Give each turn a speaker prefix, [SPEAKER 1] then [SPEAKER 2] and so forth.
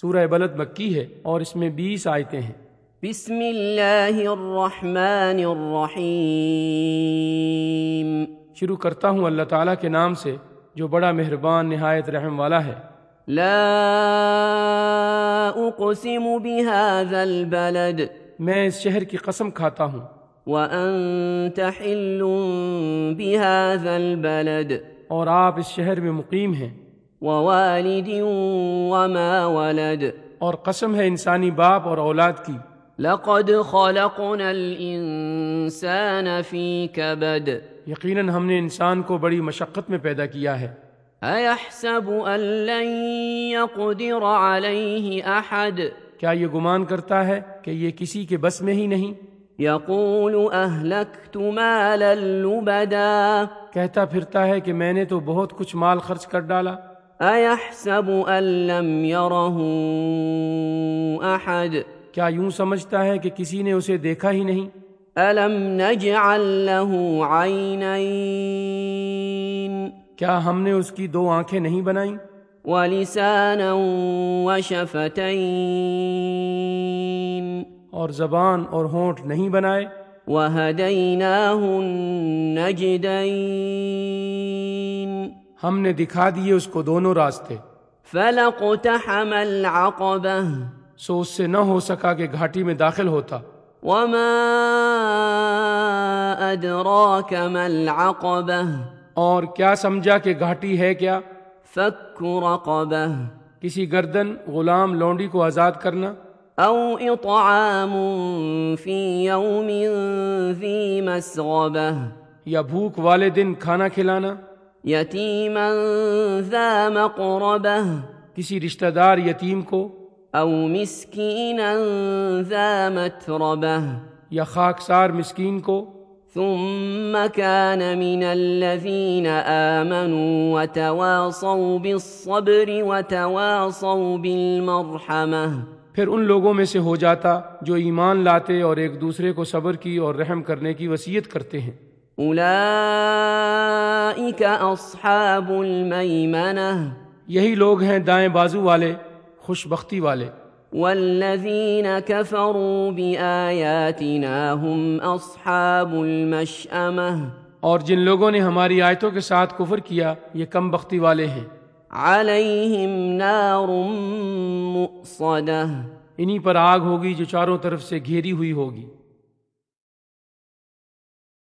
[SPEAKER 1] سورہ بلد مکی ہے اور اس میں بیس آیتیں ہیں
[SPEAKER 2] بسم اللہ الرحمن الرحیم
[SPEAKER 1] شروع کرتا ہوں اللہ تعالیٰ کے نام سے جو بڑا مہربان نہایت رحم والا ہے
[SPEAKER 2] لا اقسم بهذا البلد
[SPEAKER 1] میں اس شہر کی قسم کھاتا ہوں
[SPEAKER 2] وانت حل بهذا البلد
[SPEAKER 1] اور آپ اس شہر میں مقیم ہیں
[SPEAKER 2] ووالد وما ولد
[SPEAKER 1] اور قسم ہے انسانی باپ اور اولاد کی
[SPEAKER 2] لقد خلقنا الانسان في كبد
[SPEAKER 1] یقیناً ہم نے انسان کو بڑی مشقت میں پیدا کیا ہے
[SPEAKER 2] أيحسب أن لن يقدر عليه أحد
[SPEAKER 1] کیا یہ گمان کرتا ہے کہ یہ کسی کے بس میں ہی نہیں
[SPEAKER 2] يقول أهلكت مالا لبدا
[SPEAKER 1] کہتا پھرتا ہے کہ میں نے تو بہت کچھ مال خرچ کر ڈالا
[SPEAKER 2] أيحسب أن لم يره أحد
[SPEAKER 1] کیا یوں سمجھتا ہے کہ کسی نے اسے دیکھا ہی نہیں
[SPEAKER 2] ألم نجعل له عينين
[SPEAKER 1] کیا ہم نے اس کی دو آنکھیں نہیں بنائیں
[SPEAKER 2] ولسانا وشفتين
[SPEAKER 1] اور زبان اور ہونٹ نہیں بنائے
[SPEAKER 2] وهديناه النجدين
[SPEAKER 1] ہم نے دکھا دیے اس کو دونوں راستے
[SPEAKER 2] فلاقتحم العقبة
[SPEAKER 1] سو اس سے نہ ہو سکا کہ گھاٹی میں داخل ہوتا
[SPEAKER 2] وما أدراك ما العقبة
[SPEAKER 1] اور کیا سمجھا کہ گھاٹی ہے کیا
[SPEAKER 2] فك رقبة
[SPEAKER 1] کسی گردن غلام لونڈی کو آزاد کرنا
[SPEAKER 2] أو إطعام في يوم ذي مسغبة
[SPEAKER 1] یا بھوک والے دن کھانا کھلانا
[SPEAKER 2] يتيما ذا مقربة
[SPEAKER 1] کسی رشتہ دار یتیم کو
[SPEAKER 2] أو مسكينا ذا متربة
[SPEAKER 1] یا خاکسار مسکین کو
[SPEAKER 2] ثم كان من الذين آمنوا وتواصوا بالصبر وتواصوا بالمرحمة
[SPEAKER 1] پھر ان لوگوں میں سے ہو جاتا جو ایمان لاتے اور ایک دوسرے کو صبر کی اور رحم کرنے کی وصیت کرتے ہیں
[SPEAKER 2] أولئك أصحاب الميمنة
[SPEAKER 1] یہی لوگ ہیں دائیں بازو والے خوش بختی والے
[SPEAKER 2] والذين كفروا بآياتنا هم أصحاب المشأمة
[SPEAKER 1] اور جن لوگوں نے ہماری آیتوں کے ساتھ کفر کیا یہ کم بختی والے ہیں
[SPEAKER 2] عليهم نار مؤصدة
[SPEAKER 1] انہی پر آگ ہوگی جو چاروں طرف سے گھیری ہوئی ہوگی